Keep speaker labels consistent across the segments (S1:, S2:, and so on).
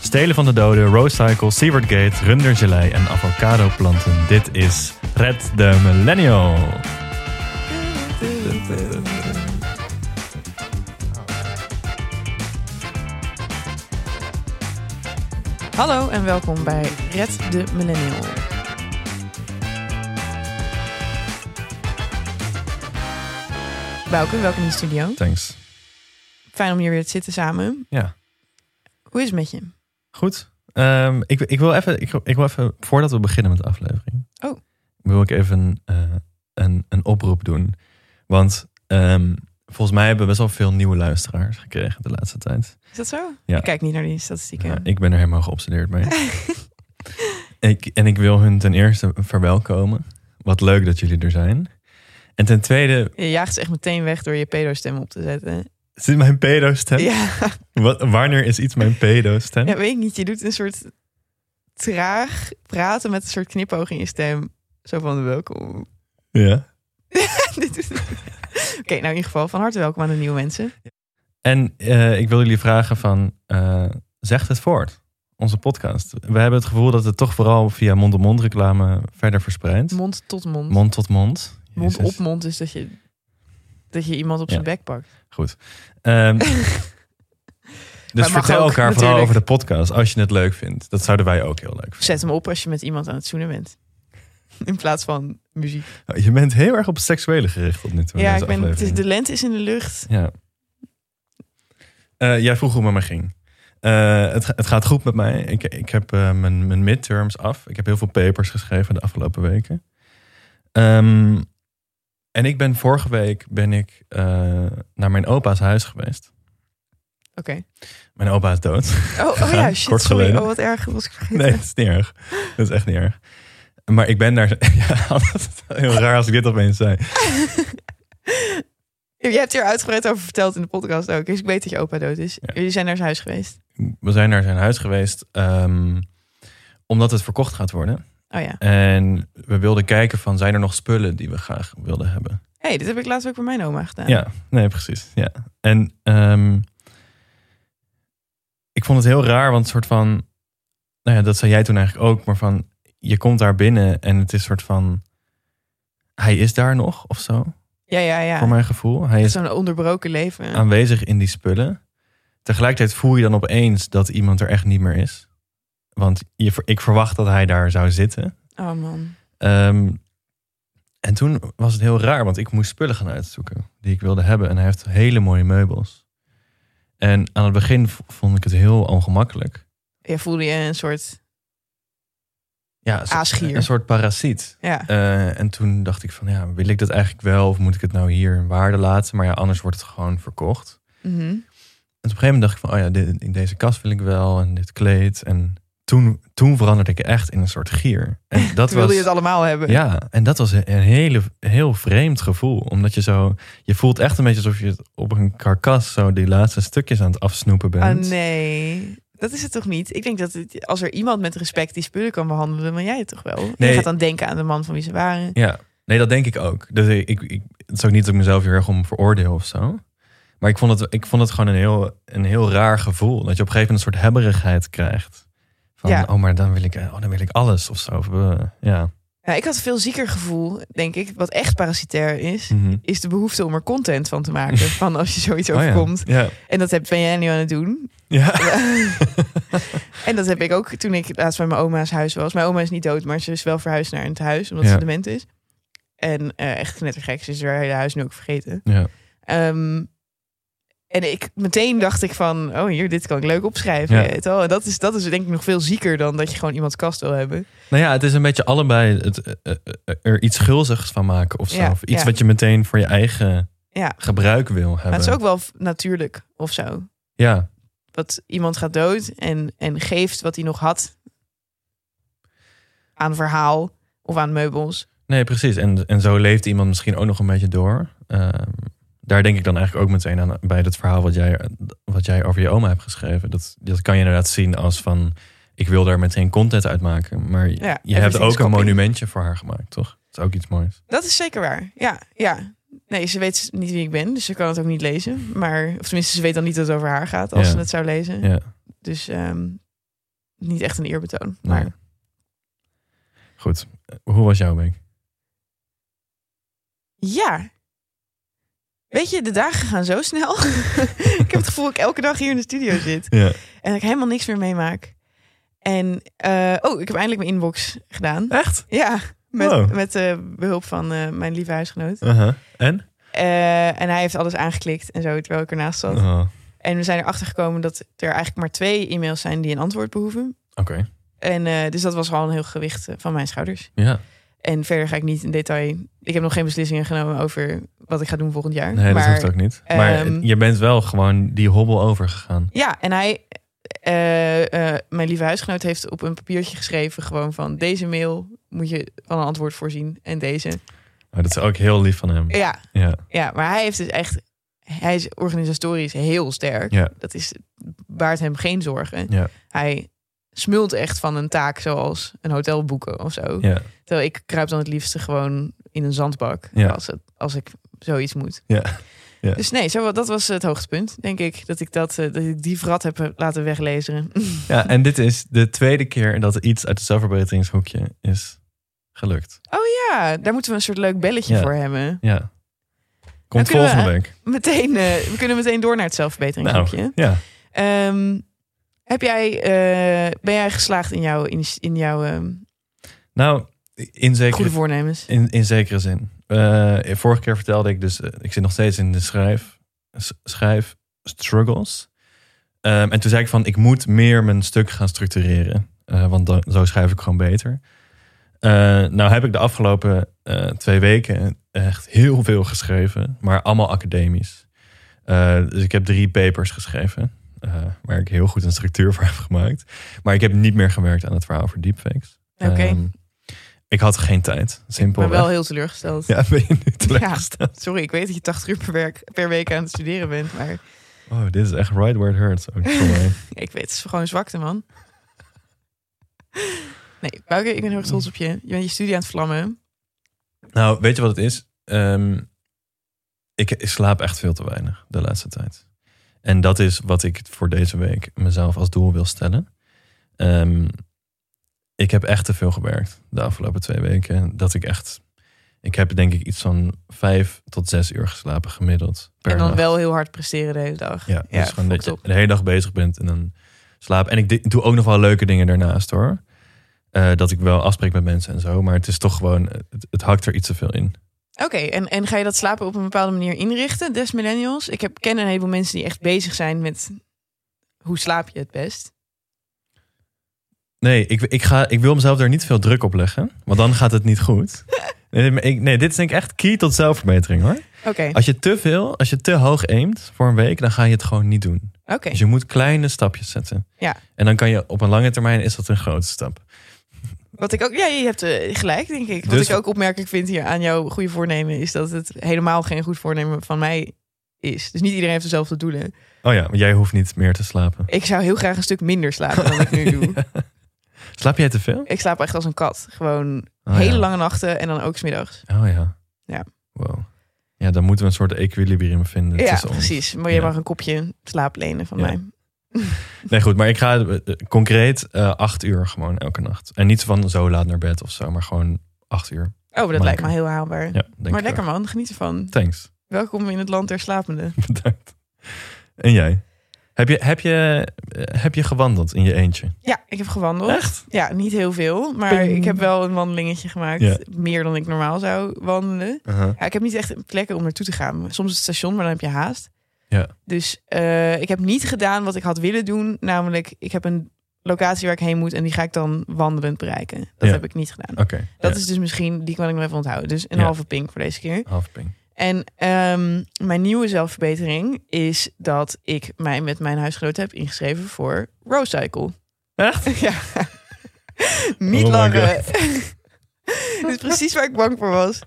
S1: Stelen van de Doden, Rose Cycle, Seaward Gate, Rundergelei en avocado planten. Dit is Red the Millennial.
S2: Hallo en welkom bij Red de Millennial. Bouke, welkom in de studio.
S1: Thanks.
S2: Fijn om hier weer te zitten samen.
S1: Ja.
S2: Hoe is het met je?
S1: Goed. Ehm, ik, ik, wil even, ik, ik wil even, voordat we beginnen met de aflevering,
S2: Oh.
S1: wil ik even eh, een, een oproep doen. Want ehm, volgens mij hebben we best wel veel nieuwe luisteraars gekregen de laatste tijd.
S2: Is dat zo?
S1: Ja.
S2: Ik kijk niet naar die statistieken.
S1: Ja, ik ben er helemaal geobsedeerd mee. ik, en ik wil hun ten eerste verwelkomen. Wat leuk dat jullie er zijn. En ten tweede
S2: Je jaagt ze echt meteen weg door je pedo-stem op te zetten.
S1: zit mijn pedo-stem.
S2: Ja.
S1: Wat- Wanneer is iets mijn pedo-stem?
S2: ja, weet ik niet. Je doet een soort traag praten met een soort knipoog in je stem. Zo van welkom.
S1: Ja.
S2: Dit is- Oké, nou in ieder geval van harte welkom aan de nieuwe mensen.
S1: En eh, ik wil jullie vragen van, eh, zeg het voort, onze podcast. We hebben het gevoel dat het toch vooral via mond-op-mond reclame verder verspreidt.
S2: Mond tot mond.
S1: Mond tot mond.
S2: Mond
S1: Jezus.
S2: op mond is dat je, dat je iemand op zijn bek pakt.
S1: Goed. Ehm, dus
S2: mag
S1: vertel
S2: ook,
S1: elkaar vooral
S2: natuurlijk.
S1: over de podcast als je het leuk vindt. Dat zouden wij ook heel leuk vinden.
S2: Zet hem op als je met iemand aan het zoenen bent. In plaats van muziek.
S1: Oh, Je bent heel erg op het seksuele gericht op dit moment.
S2: Ja,
S1: deze
S2: ik ben, het is,
S1: aflevering.
S2: de lente is in de lucht.
S1: Ja. Eh, jij vroeg hoe het met me ging. Eh, het, ga- het gaat goed met mij. Ik, ik heb eh, mijn, mijn midterms af. Ik heb heel veel papers geschreven de afgelopen weken. Ehm, en ik ben vorige week ben ik, eh, naar mijn opa's huis geweest.
S2: Oké.
S1: Mijn opa is dood.
S2: Oh, oh ja,
S1: Gegaan,
S2: shit.
S1: kort
S2: sorry.
S1: geleden.
S2: Oh, wat erg. Was ik vergeten.
S1: Nee, dat is niet erg. Dat is echt niet erg. Maar ik ben daar... Ja, dat is heel raar als ik dit opeens zei.
S2: Je hebt hier uitgebreid over verteld in de podcast ook. Dus ik weet dat je opa dood is.
S1: Ja.
S2: Jullie zijn naar zijn huis geweest.
S1: We zijn naar zijn huis geweest... ehm, omdat het verkocht gaat worden.
S2: Oh ja.
S1: En we wilden kijken van... zijn er nog spullen die we graag wilden hebben?
S2: hey, dit heb ik laatst ook bij mijn oma gedaan.
S1: Ja, nee, precies. Ja. En ehm, ik vond het heel raar, want soort van, nou ja, dat zei jij toen eigenlijk ook, maar van, je komt daar binnen en het is soort van, hij is daar nog of zo,
S2: ja, ja. ja.
S1: voor mijn Ah. gevoel. Hij is
S2: Zo'n onderbroken leven.
S1: aanwezig in die spullen. Tegelijkertijd voel je dan opeens dat iemand er echt niet meer is. Want je, ik verwacht dat hij daar zou zitten.
S2: Oh man.
S1: Ehm, en toen was het heel raar, want ik moest spullen gaan uitzoeken die ik wilde hebben. En hij heeft hele mooie meubels. En aan het begin v- vond ik het heel ongemakkelijk.
S2: Je voelde je een soort...
S1: Ja, een soort-
S2: Aasgier.
S1: Een soort parasiet.
S2: Ja.
S1: Eh, en toen dacht ik van, ja, wil ik dat eigenlijk wel? Of moet ik het nou hier in waarde laten? Maar ja, anders wordt het gewoon verkocht.
S2: Mhm.
S1: En op een gegeven moment dacht ik van, oh ja, dit, in deze kast wil ik wel en dit kleed. En toen, toen veranderde ik echt in een soort gier. En dat
S2: Toen wilde
S1: was,
S2: je het allemaal hebben.
S1: ja, en dat was een, een hele, heel vreemd gevoel. Omdat je zo, je voelt echt een beetje alsof je het op een karkas zo die laatste stukjes aan het afsnoepen
S2: Ah,
S1: bent.
S2: nee. Dat is het toch niet? Ik denk dat het- als er iemand met respect die spullen kan behandelen, dan jij het toch wel?
S1: Nee.
S2: Je gaat dan denken aan de man van wie ze waren.
S1: Ja, nee, dat denk ik ook. Dus ik, ik, ik, het is ook niet dat ik mezelf heel erg om veroordeel of zo. Maar ik vond het, ik vond het gewoon een heel, een heel raar gevoel. Dat je op een gegeven moment een soort hebberigheid krijgt. Van,
S2: Ja.
S1: oh, maar dan wil, ik, oh, dan wil ik alles of zo. Of, eh, Ja.
S2: Ja, ik had een veel zieker gevoel, denk ik, wat echt parasitair is.
S1: Mhm.
S2: Is de behoefte om er content van te maken. Van als je zoiets
S1: Oh ja.
S2: overkomt.
S1: Ja.
S2: En dat heb- ben jij nu aan het doen.
S1: Ja.
S2: En dat heb ik ook toen ik laatst bij mijn oma's huis was. Mijn oma is niet dood, maar ze is wel verhuisd naar het huis. Omdat
S1: Ja.
S2: ze dement is. En eh, echt knettergek. Ze is haar hele huis nu ook vergeten.
S1: ja.
S2: Ehm, en ik meteen dacht ik van, oh hier, dit kan ik leuk opschrijven.
S1: Ja.
S2: je weet wel. En dat is, dat is denk ik nog veel zieker dan dat je gewoon iemands kast wil hebben.
S1: Nou ja, het is een beetje allebei het, eh, eh, eh, er iets gulzigs van maken of zo.
S2: Ja,
S1: of iets
S2: ja.
S1: wat je meteen voor je eigen
S2: Ja.
S1: gebruik wil hebben.
S2: Maar het is ook wel v- natuurlijk of zo.
S1: Ja,
S2: Dat iemand gaat dood en, en geeft wat hij nog had aan verhaal of aan meubels.
S1: nee, precies. En, en zo leeft iemand misschien ook nog een beetje door. Ehm, daar denk ik dan eigenlijk ook meteen aan bij dat verhaal wat jij, wat jij over je oma hebt geschreven. Dat, dat kan je inderdaad zien als van, ik wil daar meteen content uit maken. Maar
S2: Ja,
S1: je hebt
S2: everything's
S1: ook een
S2: copy.
S1: monumentje voor haar gemaakt, toch? Dat is ook iets moois.
S2: Dat is zeker waar. Ja, ja. Nee, ze weet niet wie ik ben, dus ze kan het ook niet lezen. Maar, of tenminste, ze weet dan niet dat het over haar gaat als
S1: Ja.
S2: ze het zou lezen.
S1: Ja.
S2: Dus ehm, niet echt een eerbetoon.
S1: Nee.
S2: Maar
S1: Goed. Hoe was jouw week?
S2: ja. Weet je, de dagen gaan zo snel. ik heb het gevoel dat ik elke dag hier in de studio zit.
S1: Ja.
S2: En dat ik helemaal niks meer meemaak. En, eh, oh, ik heb eindelijk mijn inbox gedaan.
S1: Echt?
S2: Ja, met,
S1: Wow.
S2: met eh, behulp van eh, mijn lieve huisgenoot.
S1: Uh-huh. En?
S2: Eh, en hij heeft alles aangeklikt en zo, terwijl ik ernaast zat.
S1: Oh, Oké.
S2: En we zijn erachter gekomen dat er eigenlijk maar twee e-mails zijn die een antwoord behoeven. En eh, dus dat was al een heel gewicht eh, van mijn schouders.
S1: Ja.
S2: En verder ga ik niet in detail. Ik heb nog geen beslissingen genomen over wat ik ga doen volgend jaar.
S1: Nee, dat
S2: maar,
S1: hoeft ook niet. Maar
S2: ehm,
S1: je bent wel gewoon die hobbel overgegaan.
S2: Ja, en hij, eh, eh, mijn lieve huisgenoot, heeft op een papiertje geschreven: gewoon van deze mail moet je van een antwoord voorzien. En deze.
S1: Maar dat is ook heel lief van hem.
S2: Ja,
S1: Ja.
S2: ja maar hij heeft dus echt. Hij is organisatorisch heel sterk.
S1: Ja.
S2: Dat is, baart hem geen zorgen.
S1: Ja.
S2: Hij smult echt van een taak zoals een hotel boeken of zo.
S1: Ja.
S2: Terwijl ik kruip dan het liefste gewoon in een zandbak.
S1: Ja.
S2: Als, het, als ik zoiets moet.
S1: Ja. Ja.
S2: Dus nee, zo, dat was het hoogtepunt, denk ik. Dat ik, dat, eh, dat ik die vrat heb eh, laten weglezen.
S1: ja, en dit is de tweede keer dat iets uit het zelfverbeteringshoekje is gelukt.
S2: Oh ja, daar moeten we een soort leuk belletje
S1: Ja.
S2: voor hebben.
S1: Ja. Komt
S2: Dan Nou, kunnen we-
S1: volgende week.
S2: Meteen, eh, we kunnen meteen door naar het zelfverbeteringshoekje.
S1: Nou, ja.
S2: Ehm, heb jij, eh, ben jij geslaagd in jouw, in, in jouw ehm,
S1: Nou, in
S2: goede
S1: zekere,
S2: voornemens?
S1: in, in zekere zin. Eh, vorige keer vertelde ik dus, eh, ik zit nog steeds in de schrijf, s- schrijf struggles. Ehm, en toen zei ik van, ik moet meer mijn stuk gaan structureren. eh, want dan, zo schrijf ik gewoon beter. Eh, nou heb ik de afgelopen eh, twee weken echt heel veel geschreven. Maar allemaal academisch. Eh, dus ik heb drie papers geschreven. eh, waar ik heel goed een structuur voor heb gemaakt. Maar ik heb niet meer gewerkt aan het verhaal over deepfakes.
S2: Oké.
S1: Ehm, ik had geen tijd,
S2: Maar
S1: simpelweg.
S2: wel heel teleurgesteld.
S1: Ja, ben je nu teleurgesteld?
S2: Sorry, ik weet dat je 80 uur per, werk, per week aan het studeren bent, maar
S1: Oh, dit is echt right where it hurts. Oh, ook voor mij.
S2: ik weet, het is gewoon zwakte, man. Nee, Bouke, ik ben heel erg trots op je. Je bent je studie aan het vlammen.
S1: nou, weet je wat het is? Ehm, ik, ik slaap echt veel te weinig de laatste tijd. En dat is wat ik voor deze week mezelf als doel wil stellen. Ehm, ik heb echt te veel gewerkt de afgelopen twee weken. Dat ik echt... Ik heb denk ik iets van vijf tot zes uur geslapen gemiddeld per
S2: en dan
S1: nacht.
S2: wel heel hard presteren de hele dag.
S1: Ja, dus gewoon dat
S2: fucked
S1: je
S2: up.
S1: de hele dag bezig bent en dan slaap. En ik di- doe ook nog wel leuke dingen daarnaast hoor. Eh, dat ik wel afspreek met mensen en zo. Maar het is toch gewoon, het, het hakt er iets te veel in.
S2: Oké, en, en ga je dat slapen op een bepaalde manier inrichten, des millennials? Ik heb, ken een heleboel mensen die echt bezig zijn met hoe slaap je het best.
S1: Nee, ik, ik, ga, ik wil mezelf daar niet veel druk op leggen. Want dan gaat het niet goed. Nee, maar ik, nee, dit is denk ik echt key tot zelfverbetering hoor.
S2: Oké,
S1: Als je te veel, als je te hoog aimt voor een week, dan ga je het gewoon niet doen.
S2: oké.
S1: Dus je moet kleine stapjes zetten.
S2: Ja.
S1: En dan kan je op een lange termijn is dat een grote stap.
S2: Wat ik ook, ja, je hebt eh, gelijk, denk ik. Wat
S1: Dus-
S2: ik ook opmerkelijk vind hier aan jouw goede voornemen is dat het helemaal geen goed voornemen van mij is. Dus niet iedereen heeft dezelfde doelen.
S1: Oh ja, maar jij hoeft niet meer te slapen.
S2: Ik zou heel graag een stuk minder slapen dan ik nu doe.
S1: Slaap jij te veel?
S2: Ik slaap echt als een kat. Gewoon
S1: Oh
S2: hele
S1: ja.
S2: lange nachten en dan ook smiddags.
S1: Oh ja.
S2: Ja.
S1: Wow. Ja, dan moeten we een soort equilibrium vinden.
S2: Ja,
S1: tussen ons.
S2: precies. Maar je
S1: Ja.
S2: mag een kopje slaap lenen van
S1: Ja.
S2: mij. Oh,
S1: Nee, goed, maar ik ga eh, eh, concreet eh, acht uur gewoon elke nacht. En niet van zo laat naar bed of zo, maar gewoon acht uur.
S2: Oh, dat
S1: Maar-
S2: lijkt me heel haalbaar.
S1: Ja, denk
S2: maar
S1: ik
S2: lekker man, geniet ervan.
S1: wel. Thanks.
S2: Welkom in het land der slapenden.
S1: Bedankt. En jij? Heb je, heb, je, eh, heb je gewandeld in je eentje?
S2: Ja, ik heb gewandeld.
S1: Echt?
S2: Ja, niet heel veel, maar
S1: Ping.
S2: ik heb wel een wandelingetje gemaakt.
S1: Ja.
S2: Meer dan ik normaal zou wandelen. Ja, ik heb niet echt plekken om naartoe te gaan. Soms het station, maar dan heb je haast.
S1: Ja.
S2: Dus eh, ik heb niet gedaan wat ik had willen doen. Namelijk, ik heb een locatie waar ik heen moet en die ga ik dan wandelend bereiken. Dat
S1: Ja.
S2: heb ik niet gedaan.
S1: Oké.
S2: Dat
S1: ja,
S2: is dus misschien, die kan ik nog even onthouden. Dus een
S1: Ja.
S2: halve pink voor deze keer.
S1: half ping.
S2: En ehm, mijn nieuwe zelfverbetering is dat ik mij met mijn huisgenoot heb ingeschreven voor Roadcycle.
S1: Echt?
S2: ja. niet
S1: Oh my
S2: langer. Dit is precies waar ik bang voor was.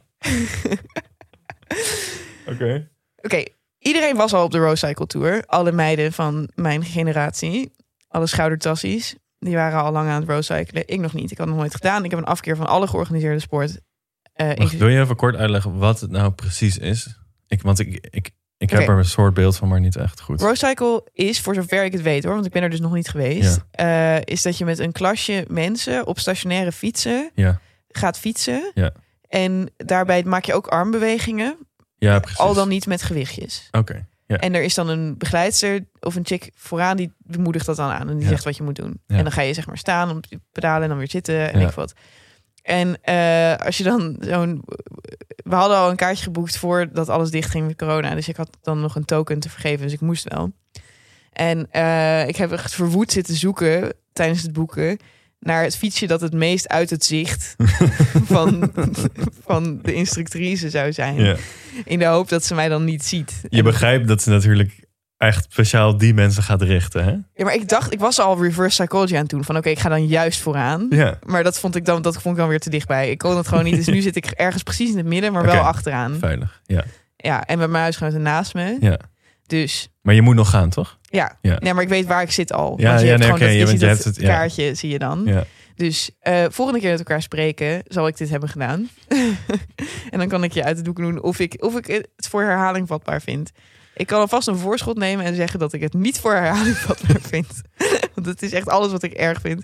S1: Oké.
S2: Oké, iedereen was al op de Roadcycle Tour. Alle meiden van mijn generatie. Alle schoudertassies. Die waren al lang aan het roadcyclen. Ik nog niet. Ik had nog nooit gedaan. Ik heb een afkeer van alle georganiseerde sport. eh,
S1: Wacht,
S2: inclusief-
S1: wil je even kort uitleggen wat het nou precies is? Ik, want ik, ik, Ik heb
S2: Oké.
S1: er een soort beeld van, maar niet echt goed.
S2: Roadcycle is, voor zover ik het weet hoor, want ik ben er dus nog niet geweest, eh, is dat je met een klasje mensen op stationaire fietsen
S1: Ja.
S2: gaat fietsen.
S1: Ja.
S2: En daarbij maak je ook armbewegingen,
S1: Ja, precies.
S2: al dan niet met gewichtjes.
S1: Oké. Ja.
S2: En er is dan een begeleidster of een chick vooraan die moedigt dat dan aan en die
S1: Ja.
S2: zegt wat je moet doen.
S1: Ja.
S2: En dan ga je zeg maar staan om te pedalen en dan weer zitten en
S1: Ja.
S2: ik wat. En eh, als je dan zo'n. We hadden al een kaartje geboekt voordat alles dicht ging met corona. Dus ik had dan nog een token te vergeven. Dus ik moest wel. En eh, ik heb echt verwoed zitten zoeken tijdens het boeken. naar het fietsje dat het meest uit het zicht van, van de instructrice zou zijn.
S1: Ja.
S2: In de hoop dat ze mij dan niet ziet.
S1: Je begrijpt dat ze natuurlijk echt speciaal die mensen gaat richten, hè?
S2: Ja, maar ik dacht, ik was al reverse psychology aan het doen. Van oké, ik ga dan juist vooraan.
S1: Ja.
S2: Maar dat vond ik dan, dat vond ik dan weer te dichtbij. Ik kon het gewoon niet. Dus nu zit ik ergens precies in het midden, maar wel
S1: Oké.
S2: achteraan.
S1: Veilig. Ja.
S2: Ja, en met mijn huisgenoten naast me.
S1: ja.
S2: Dus
S1: Maar je moet nog gaan, toch?
S2: ja.
S1: Ja.
S2: Nee, maar ik weet waar ik zit al.
S1: Ja,
S2: Want je
S1: ja,
S2: hebt
S1: nee,
S2: gewoon
S1: oké,
S2: dat,
S1: je
S2: je
S1: bent-
S2: ziet
S1: je
S2: dat
S1: hebt het, ja.
S2: kaartje, zie je dan.
S1: Ja.
S2: Dus eh, volgende keer dat we elkaar spreken, zal ik dit hebben gedaan. en dan kan ik je uit de doek doen of ik, of ik het voor herhaling vatbaar vind. Ik kan alvast een voorschot nemen en zeggen dat ik het niet voor herhaling vatbaar vind. Want het is echt alles wat ik erg vind.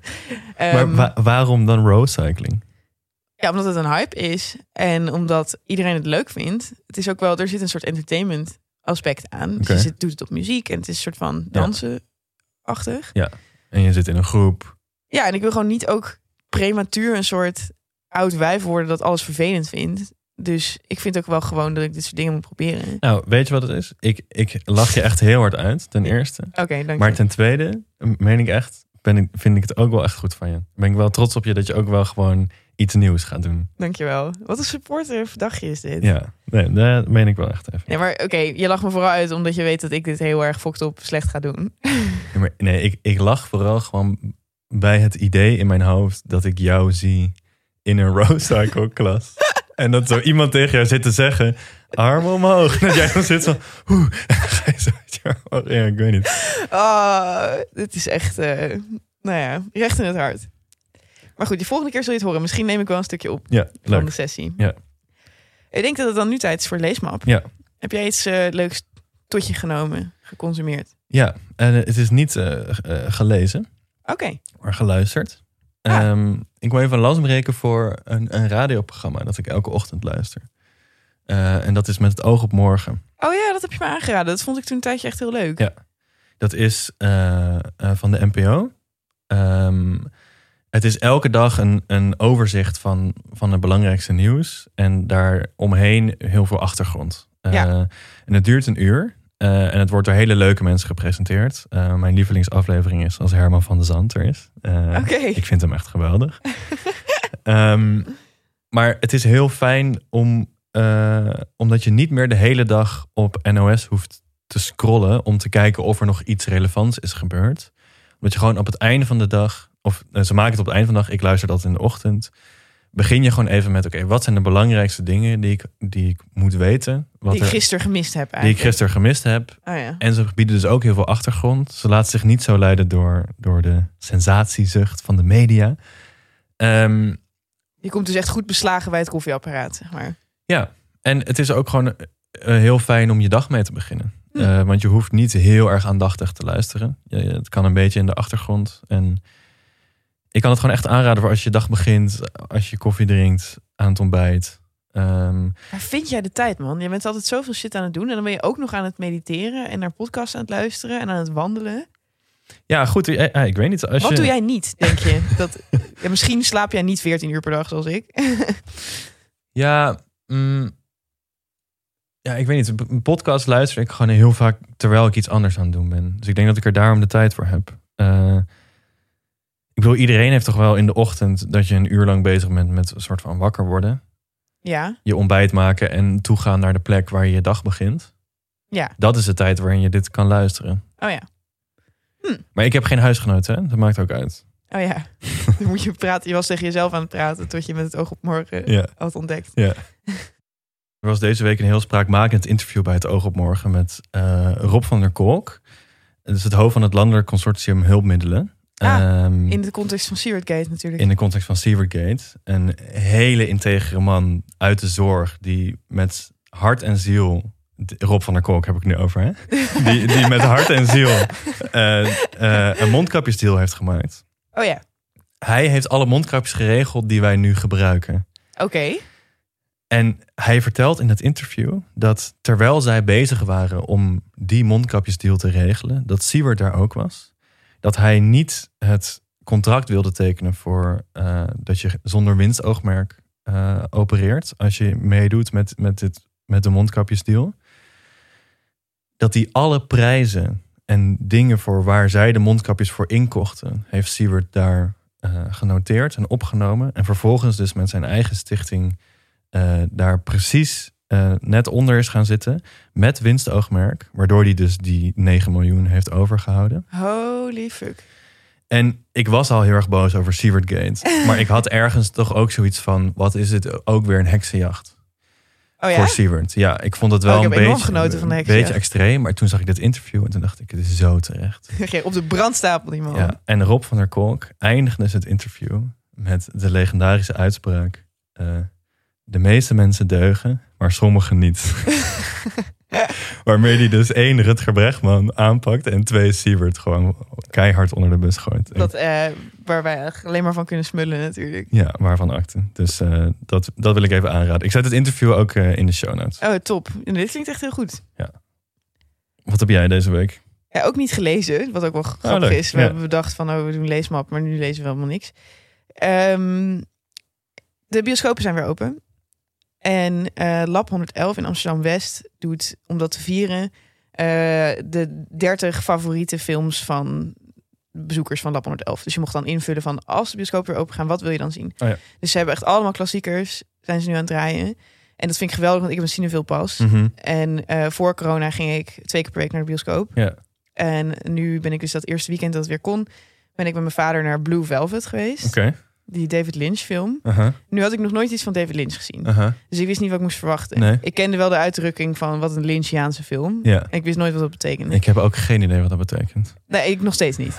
S1: maar
S2: Ehm,
S1: wa- waarom dan roadcycling?
S2: ja, omdat het een hype is en omdat iedereen het leuk vindt. Het is ook wel, er zit een soort entertainment aspect aan.
S1: Oké.
S2: Dus je zit- doet het op muziek en het is een soort van dansenachtig.
S1: En je zit in een groep.
S2: Ja, en ik wil gewoon niet ook prematuur een soort oud wijf worden dat alles vervelend vindt. Dus ik vind ook wel gewoon dat ik dit soort dingen moet proberen.
S1: Nou, weet je wat het is? Ik, ik lach je echt heel hard uit, ten eerste.
S2: Oké, dank
S1: Maar
S2: je.
S1: ten tweede, meen ik echt, ben ik, vind ik het ook wel echt goed van je. Ben ik wel trots op je dat je ook wel gewoon iets nieuws gaat doen.
S2: Dankjewel. Wat een supporter dagje is dit.
S1: Ja, nee, dat meen ik wel echt even.
S2: Nee, maar oké, je lacht me vooral uit omdat je weet dat ik dit heel erg fokt op slecht ga doen.
S1: Ja, maar nee, ik, ik lach vooral gewoon bij het idee in mijn hoofd dat ik jou zie in een roadcycle klas. en dat zo iemand tegen jou zit te zeggen, arm omhoog. Dat jij dan zit zo, oeh, en dan ga je zo met je arm omhoog. Ja, ik weet niet.
S2: Ah, dit is echt, eh, nou ja, recht in het hart. Maar goed, de volgende keer zul je het horen. Misschien neem ik wel een stukje op
S1: Ja,
S2: van de
S1: leuk.
S2: sessie.
S1: Ja.
S2: Ik denk dat het dan nu tijd is voor leesmap.
S1: Ja.
S2: Heb jij iets eh, leuks tot je genomen, geconsumeerd?
S1: Ja, en het is niet eh, eh, gelezen.
S2: Oké.
S1: maar geluisterd.
S2: Ah.
S1: Ehm, ik wil even een lans breken voor een, een radioprogramma dat ik elke ochtend luister. Eh, en dat is met het oog op morgen.
S2: Oh ja, dat heb je me aangeraden. Dat vond ik toen een tijdje echt heel leuk.
S1: Ja. Dat is eh, eh, van de NPO. Ehm, het is elke dag een, een overzicht van, van het belangrijkste nieuws. En daar omheen heel veel achtergrond. Eh,
S2: Ja.
S1: En het duurt een uur. Eh, en het wordt door hele leuke mensen gepresenteerd. Eh, mijn lievelingsaflevering is als Herman van de Zand er is. Eh,
S2: Oké.
S1: Ik vind hem echt geweldig. Ehm, maar het is heel fijn om, eh, omdat je niet meer de hele dag op NOS hoeft te scrollen om te kijken of er nog iets relevants is gebeurd. Omdat je gewoon op het einde van de dag, of eh, ze maken het op het einde van de dag, ik luister dat in de ochtend. Begin je gewoon even met, oké, wat zijn de belangrijkste dingen die ik, die ik moet weten? Wat
S2: Die ik
S1: er-
S2: gisteren gemist heb
S1: die ik
S2: eigenlijk.
S1: gisteren gemist heb.
S2: Oh ja.
S1: En ze bieden dus ook heel veel achtergrond. Ze laten zich niet zo leiden door, door de sensatiezucht van de media. Ehm,
S2: Je komt dus echt goed beslagen bij het koffieapparaat, zeg maar.
S1: en het is ook gewoon eh, heel fijn om je dag mee te beginnen.
S2: Hm.
S1: Eh, want je hoeft niet heel erg aandachtig te luisteren. Je- je- het kan een beetje in de achtergrond. En ik kan het gewoon echt aanraden voor als je dag begint, als je koffie drinkt, aan het ontbijt. Ehm,
S2: Waar vind jij de tijd, man? Je bent altijd zoveel shit aan het doen. En dan ben je ook nog aan het mediteren en naar podcasts aan het luisteren en aan het wandelen.
S1: ja, goed. eh, eh, ik weet niet. Als
S2: Wat
S1: je,
S2: doe jij niet, denk je? Dat, ja, misschien slaap jij niet 14 uur per dag zoals ik.
S1: Ja, mm, ja, ik weet niet. Een podcast luister ik gewoon heel vaak terwijl ik iets anders aan het doen ben. Dus ik denk dat ik er daarom de tijd voor heb. Eh, ik bedoel, iedereen heeft toch wel in de ochtend dat je een uur lang bezig bent met een soort van wakker worden.
S2: ja,
S1: Je ontbijt maken en toegaan naar de plek waar je je dag begint.
S2: ja.
S1: Dat is de tijd waarin je dit kan luisteren.
S2: Oh ja.
S1: Maar ik heb geen huisgenoot, hè? Dat maakt ook uit.
S2: Oh ja. Dan moet je praten. Je was tegen jezelf aan het praten tot je met het oog op morgen
S1: Ja.
S2: had ontdekt.
S1: Er was deze week een heel spraakmakend interview bij het Oog op Morgen met eh, Rob van der Kolk. Dat is het hoofd van het Landelijk Consortium Hulpmiddelen.
S2: Ah,
S1: Ehm,
S2: In de context van Sewardgate natuurlijk.
S1: in de context van Seawardgate. Een hele integere man uit de zorg die met hart en ziel D- Rob van der Kolk heb ik nu over, hè? Die, die met hart en ziel eh, eh, een mondkapjesdeal heeft gemaakt.
S2: Oh ja,
S1: Hij heeft alle mondkapjes geregeld die wij nu gebruiken.
S2: oké.
S1: En hij vertelt in dat interview dat terwijl zij bezig waren om die mondkapjesdeal te regelen, dat Siewert daar ook was, dat hij niet het contract wilde tekenen voor eh, dat je zonder winstoogmerk eh, opereert als je meedoet met, met, dit, met de mondkapjesdeal. Dat hij alle prijzen en dingen voor waar zij de mondkapjes voor inkochten, heeft Siewert daar eh, genoteerd en opgenomen. En vervolgens dus met zijn eigen stichting eh, daar precies eh, net onder is gaan zitten. Met winstoogmerk. Waardoor hij dus die 9 miljoen heeft overgehouden.
S2: Holy fuck.
S1: En ik was al heel erg boos over Seward Gate. Maar ik had ergens toch ook zoiets van... wat is het ook weer een heksenjacht
S2: Oh ja?
S1: voor Seward. Ja, ik vond het wel
S2: Oh, ik
S1: een
S2: heb enorm
S1: beetje,
S2: genoten van de
S1: een
S2: heksenjacht.
S1: beetje extreem. Maar toen zag ik dit interview en toen dacht ik... het is zo terecht.
S2: Oké, Op de brandstapel, die man.
S1: Ja. En Rob van der Kolk eindigde dus het interview... met de legendarische uitspraak... eh, de meeste mensen deugen, maar sommigen niet. Waarmee hij dus één Rutger Bregman aanpakt en twee Siebert gewoon keihard onder de bus gooit.
S2: dat, eh, waar wij eigenlijk alleen maar van kunnen smullen natuurlijk.
S1: Ja, waarvan acte. Dus eh, dat, dat wil ik even aanraden. Ik zet het interview ook eh, in de show notes.
S2: Oh, top. En dit klinkt echt heel goed.
S1: Wat heb jij deze week?
S2: Ja, ook niet gelezen, wat ook wel grappig
S1: Oh, leuk,
S2: is. We
S1: ja.
S2: hebben bedacht van, oh, we doen leesmap, maar nu lezen we helemaal niks. Ehm, de bioscopen zijn weer open. En eh, Lab 111 in Amsterdam-West doet, om dat te vieren, eh, de 30 favoriete films van bezoekers van Lab 111. Dus je mocht dan invullen van, als de bioscoop weer open gaan, wat wil je dan zien?
S1: Oh ja.
S2: Dus ze hebben echt allemaal klassiekers, zijn ze nu aan het draaien. En dat vind ik geweldig, want ik heb een Cineville
S1: Mhm.
S2: pas. En eh, voor corona ging ik twee keer per week naar de bioscoop.
S1: Ja.
S2: En nu ben ik dus dat eerste weekend dat het weer kon, ben ik met mijn vader naar Blue Velvet geweest.
S1: Oké.
S2: Die David Lynch film.
S1: Aha,
S2: Nu had ik nog nooit iets van David Lynch gezien.
S1: aha.
S2: Dus ik wist niet wat ik moest verwachten.
S1: Ah. Nee.
S2: Ik kende wel de uitdrukking van wat een Lynchiaanse film.
S1: Ja.
S2: En ik wist nooit wat dat betekende.
S1: Ik heb ook geen idee wat dat betekent.
S2: Nee, ik nog steeds niet.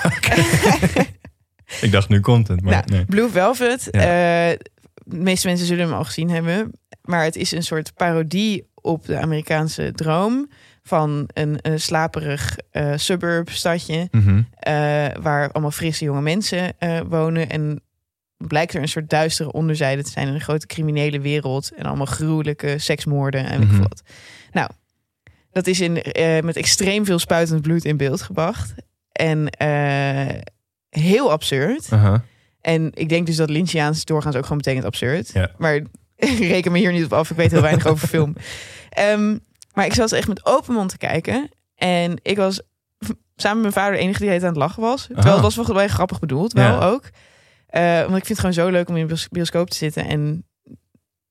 S1: Ik dacht nu content, maar
S2: Nou,
S1: nee.
S2: Blue Velvet.
S1: Ja.
S2: eh, de meeste mensen zullen hem al gezien hebben. Maar het is een soort parodie op de Amerikaanse droom. Van een, eh, slaperig eh, suburb stadje.
S1: Mhm.
S2: eh, waar allemaal frisse jonge mensen eh, wonen. En blijkt er een soort duistere onderzijde te zijn. Een grote criminele wereld. En allemaal gruwelijke seksmoorden en weet ik
S1: Mhm.
S2: veel wat. Nou, dat is in, eh, met extreem veel spuitend bloed in beeld gebracht. En eh, heel absurd.
S1: Aha.
S2: En ik denk dus dat Lynchiaans doorgaans ook gewoon betekent absurd.
S1: Ja.
S2: Maar reken me hier niet op af. Ik weet heel weinig over film. Ehm, maar ik zat echt met open mond te kijken. En ik was v- samen met mijn vader de enige die heet aan het lachen was. Terwijl het was wel wel grappig bedoeld, wel
S1: Ja.
S2: ook. Eh, want ik vind het gewoon zo leuk om in een bios- bioscoop te zitten en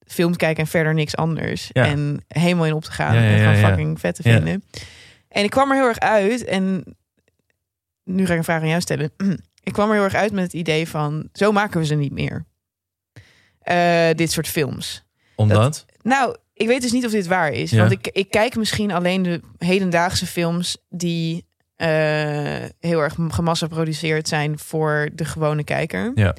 S2: film te kijken en verder niks anders.
S1: Ja.
S2: En helemaal in op te gaan
S1: Ja, ja,
S2: en gewoon
S1: ja, ja.
S2: fucking vet te
S1: Ja.
S2: vinden. En ik kwam er heel erg uit en nu ga ik een vraag aan jou stellen. Ik kwam er heel erg uit met het idee van zo maken we ze niet meer. Eh, dit soort films.
S1: Omdat?
S2: Nou, ik weet dus niet of dit waar is.
S1: Ja.
S2: Want ik, ik kijk misschien alleen de hedendaagse films die eh, heel erg gemassaproduceerd zijn voor de gewone kijker.
S1: Ja.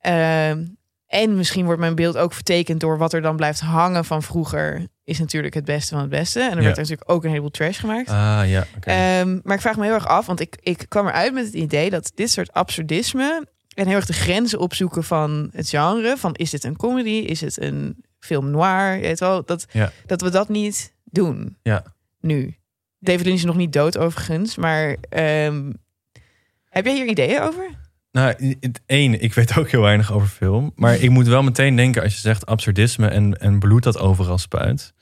S2: Ehm, en misschien wordt mijn beeld ook vertekend door wat er dan blijft hangen van vroeger. Is natuurlijk het beste van het beste. En er
S1: Ja.
S2: werd er natuurlijk ook een heleboel trash gemaakt.
S1: Ah, ja. oké.
S2: Ehm, maar ik vraag me heel erg af, want ik, ik kwam eruit met het idee dat dit soort absurdisme en heel erg de grenzen opzoeken van het genre. Van is dit een comedy? Is het een film noir? Je Weet wel, dat,
S1: Ja.
S2: dat we dat niet doen
S1: Ja.
S2: nu. David Lynch is nog niet dood overigens, maar ehm, heb jij hier ideeën over?
S1: Nou, het één, ik weet ook heel weinig over film. Maar ik moet wel meteen denken als je zegt absurdisme en, en bloed dat overal spuit.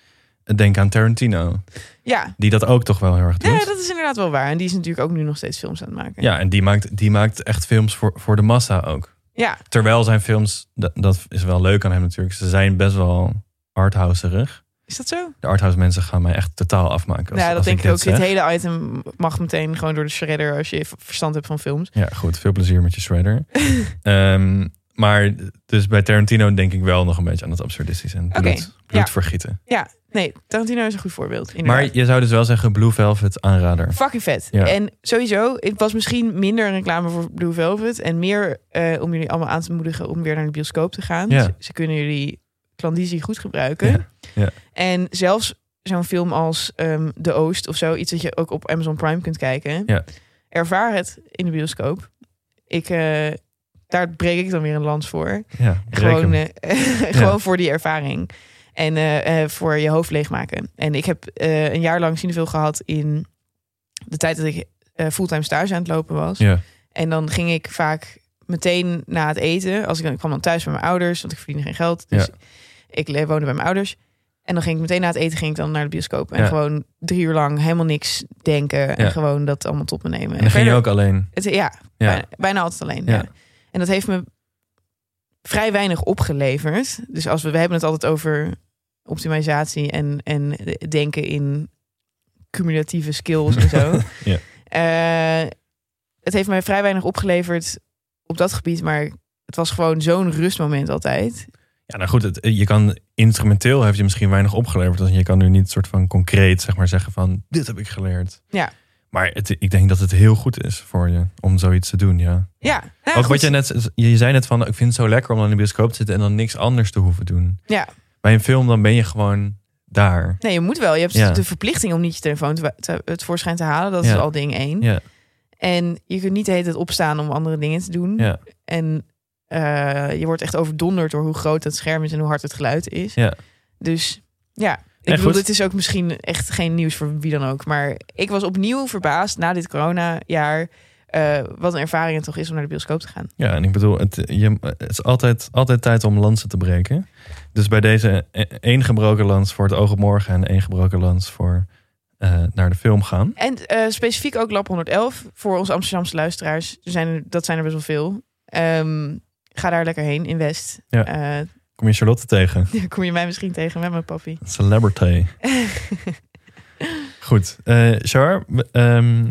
S1: Denk aan Tarantino,
S2: Ja.
S1: die dat ook toch wel heel erg doet.
S2: ja, dat is inderdaad wel waar. En die is natuurlijk ook nu nog steeds films aan het maken.
S1: Ja, en die maakt, die maakt echt films voor, voor de massa ook.
S2: ja.
S1: Terwijl zijn films, dat, dat is wel leuk aan hem natuurlijk, ze zijn best wel arthouserig.
S2: is dat zo?
S1: De arthouse mensen gaan mij echt totaal afmaken. Als,
S2: ja, dat
S1: als
S2: denk ik,
S1: dit
S2: ook. Dit
S1: zeg.
S2: hele item mag meteen gewoon door de shredder als je v- verstand hebt van films.
S1: Ja, goed. Veel plezier met je shredder. Ehm, maar dus bij Tarantino denk ik wel nog een beetje aan het absurdistisch en bloed, bloed
S2: ja.
S1: vergieten.
S2: Nee, Tarantino is een goed voorbeeld. Inderdaad.
S1: Maar je zou dus wel zeggen Blue Velvet aanrader.
S2: Fucking vet.
S1: Ja.
S2: En sowieso, het was misschien minder een reclame voor Blue Velvet. En meer eh, om jullie allemaal aan te moedigen om weer naar de bioscoop te gaan. Dus
S1: Ja.
S2: Ze, ze kunnen jullie klandizie goed gebruiken.
S1: Ja, ja.
S2: En zelfs zo'n film als ehm, De Oost of zo, iets dat je ook op Amazon Prime kunt kijken,
S1: Ja.
S2: ervaar het in de bioscoop. Ik, eh, daar breek ik dan weer een lans voor.
S1: Ja, breek
S2: Gewoon,
S1: hem.
S2: eh, gewoon voor die ervaring. En eh, eh, voor je hoofd leegmaken. En ik heb eh, een jaar lang Cineville gehad in de tijd dat ik eh, fulltime stage aan het lopen was.
S1: ja.
S2: En dan ging ik vaak meteen na het eten. Als ik, dan, ik kwam dan thuis bij mijn ouders, want ik verdiende geen geld. Dus
S1: Ja.
S2: ik le- woonde bij mijn ouders. En dan ging ik meteen na het eten ging ik dan naar de bioscoop. En
S1: Ja.
S2: gewoon drie uur lang helemaal niks denken. En
S1: Ja.
S2: gewoon dat allemaal tot me nemen.
S1: En dan ging je
S2: verder-
S1: ook alleen.
S2: het, ja,
S1: Ja.
S2: Bijna, bijna altijd alleen.
S1: Ja.
S2: ja. En dat heeft me vrij weinig opgeleverd. Dus als we, we hebben het altijd over optimalisatie en, en denken in cumulatieve skills en zo.
S1: Ja.
S2: Eh, het heeft mij vrij weinig opgeleverd op dat gebied, maar het was gewoon zo'n rustmoment altijd.
S1: Ja, nou goed, het, je kan instrumenteel heeft je misschien weinig opgeleverd. Dus je kan nu niet soort van concreet zeg maar, zeggen van dit heb ik geleerd.
S2: Ja.
S1: Maar het, ik denk dat het heel goed is voor je om zoiets te doen, ja.
S2: Ja, nou ja,
S1: ook
S2: goed.
S1: wat je net, je zei net van ik vind het zo lekker om dan in de bioscoop te zitten en dan niks anders te hoeven doen.
S2: Ja.
S1: Bij een film dan ben je gewoon daar.
S2: Nee, je moet wel. Je hebt
S1: Ja.
S2: de verplichting om niet je telefoon te, te, het voorschijn te halen. Dat
S1: Ja.
S2: is al ding één.
S1: Ja.
S2: En je kunt niet de hele tijd opstaan om andere dingen te doen.
S1: Ja.
S2: En eh, je wordt echt overdonderd door hoe groot dat scherm is en hoe hard het geluid is.
S1: Ja.
S2: Dus ja, ik
S1: Nee,
S2: bedoel,
S1: goed.
S2: dit is ook misschien echt geen nieuws voor wie dan ook. Maar ik was opnieuw verbaasd na dit coronajaar. eh wat een ervaring het toch is om naar de bioscoop te gaan.
S1: Ja, en ik bedoel, het, je, het is altijd, altijd tijd om lansen te breken. Dus bij deze e- één gebroken lans voor het oog op morgen en één gebroken lans voor eh, naar de film gaan.
S2: En eh, specifiek ook Lab 111 voor onze Amsterdamse luisteraars. Er zijn er, dat zijn er best wel veel. Ehm, ga daar lekker heen in West.
S1: Ja.
S2: Eh,
S1: Kom je Charlotte tegen?
S2: dan kom je mij misschien tegen met mijn papi.
S1: Celebrity. Goed, eh Char, we- ehm,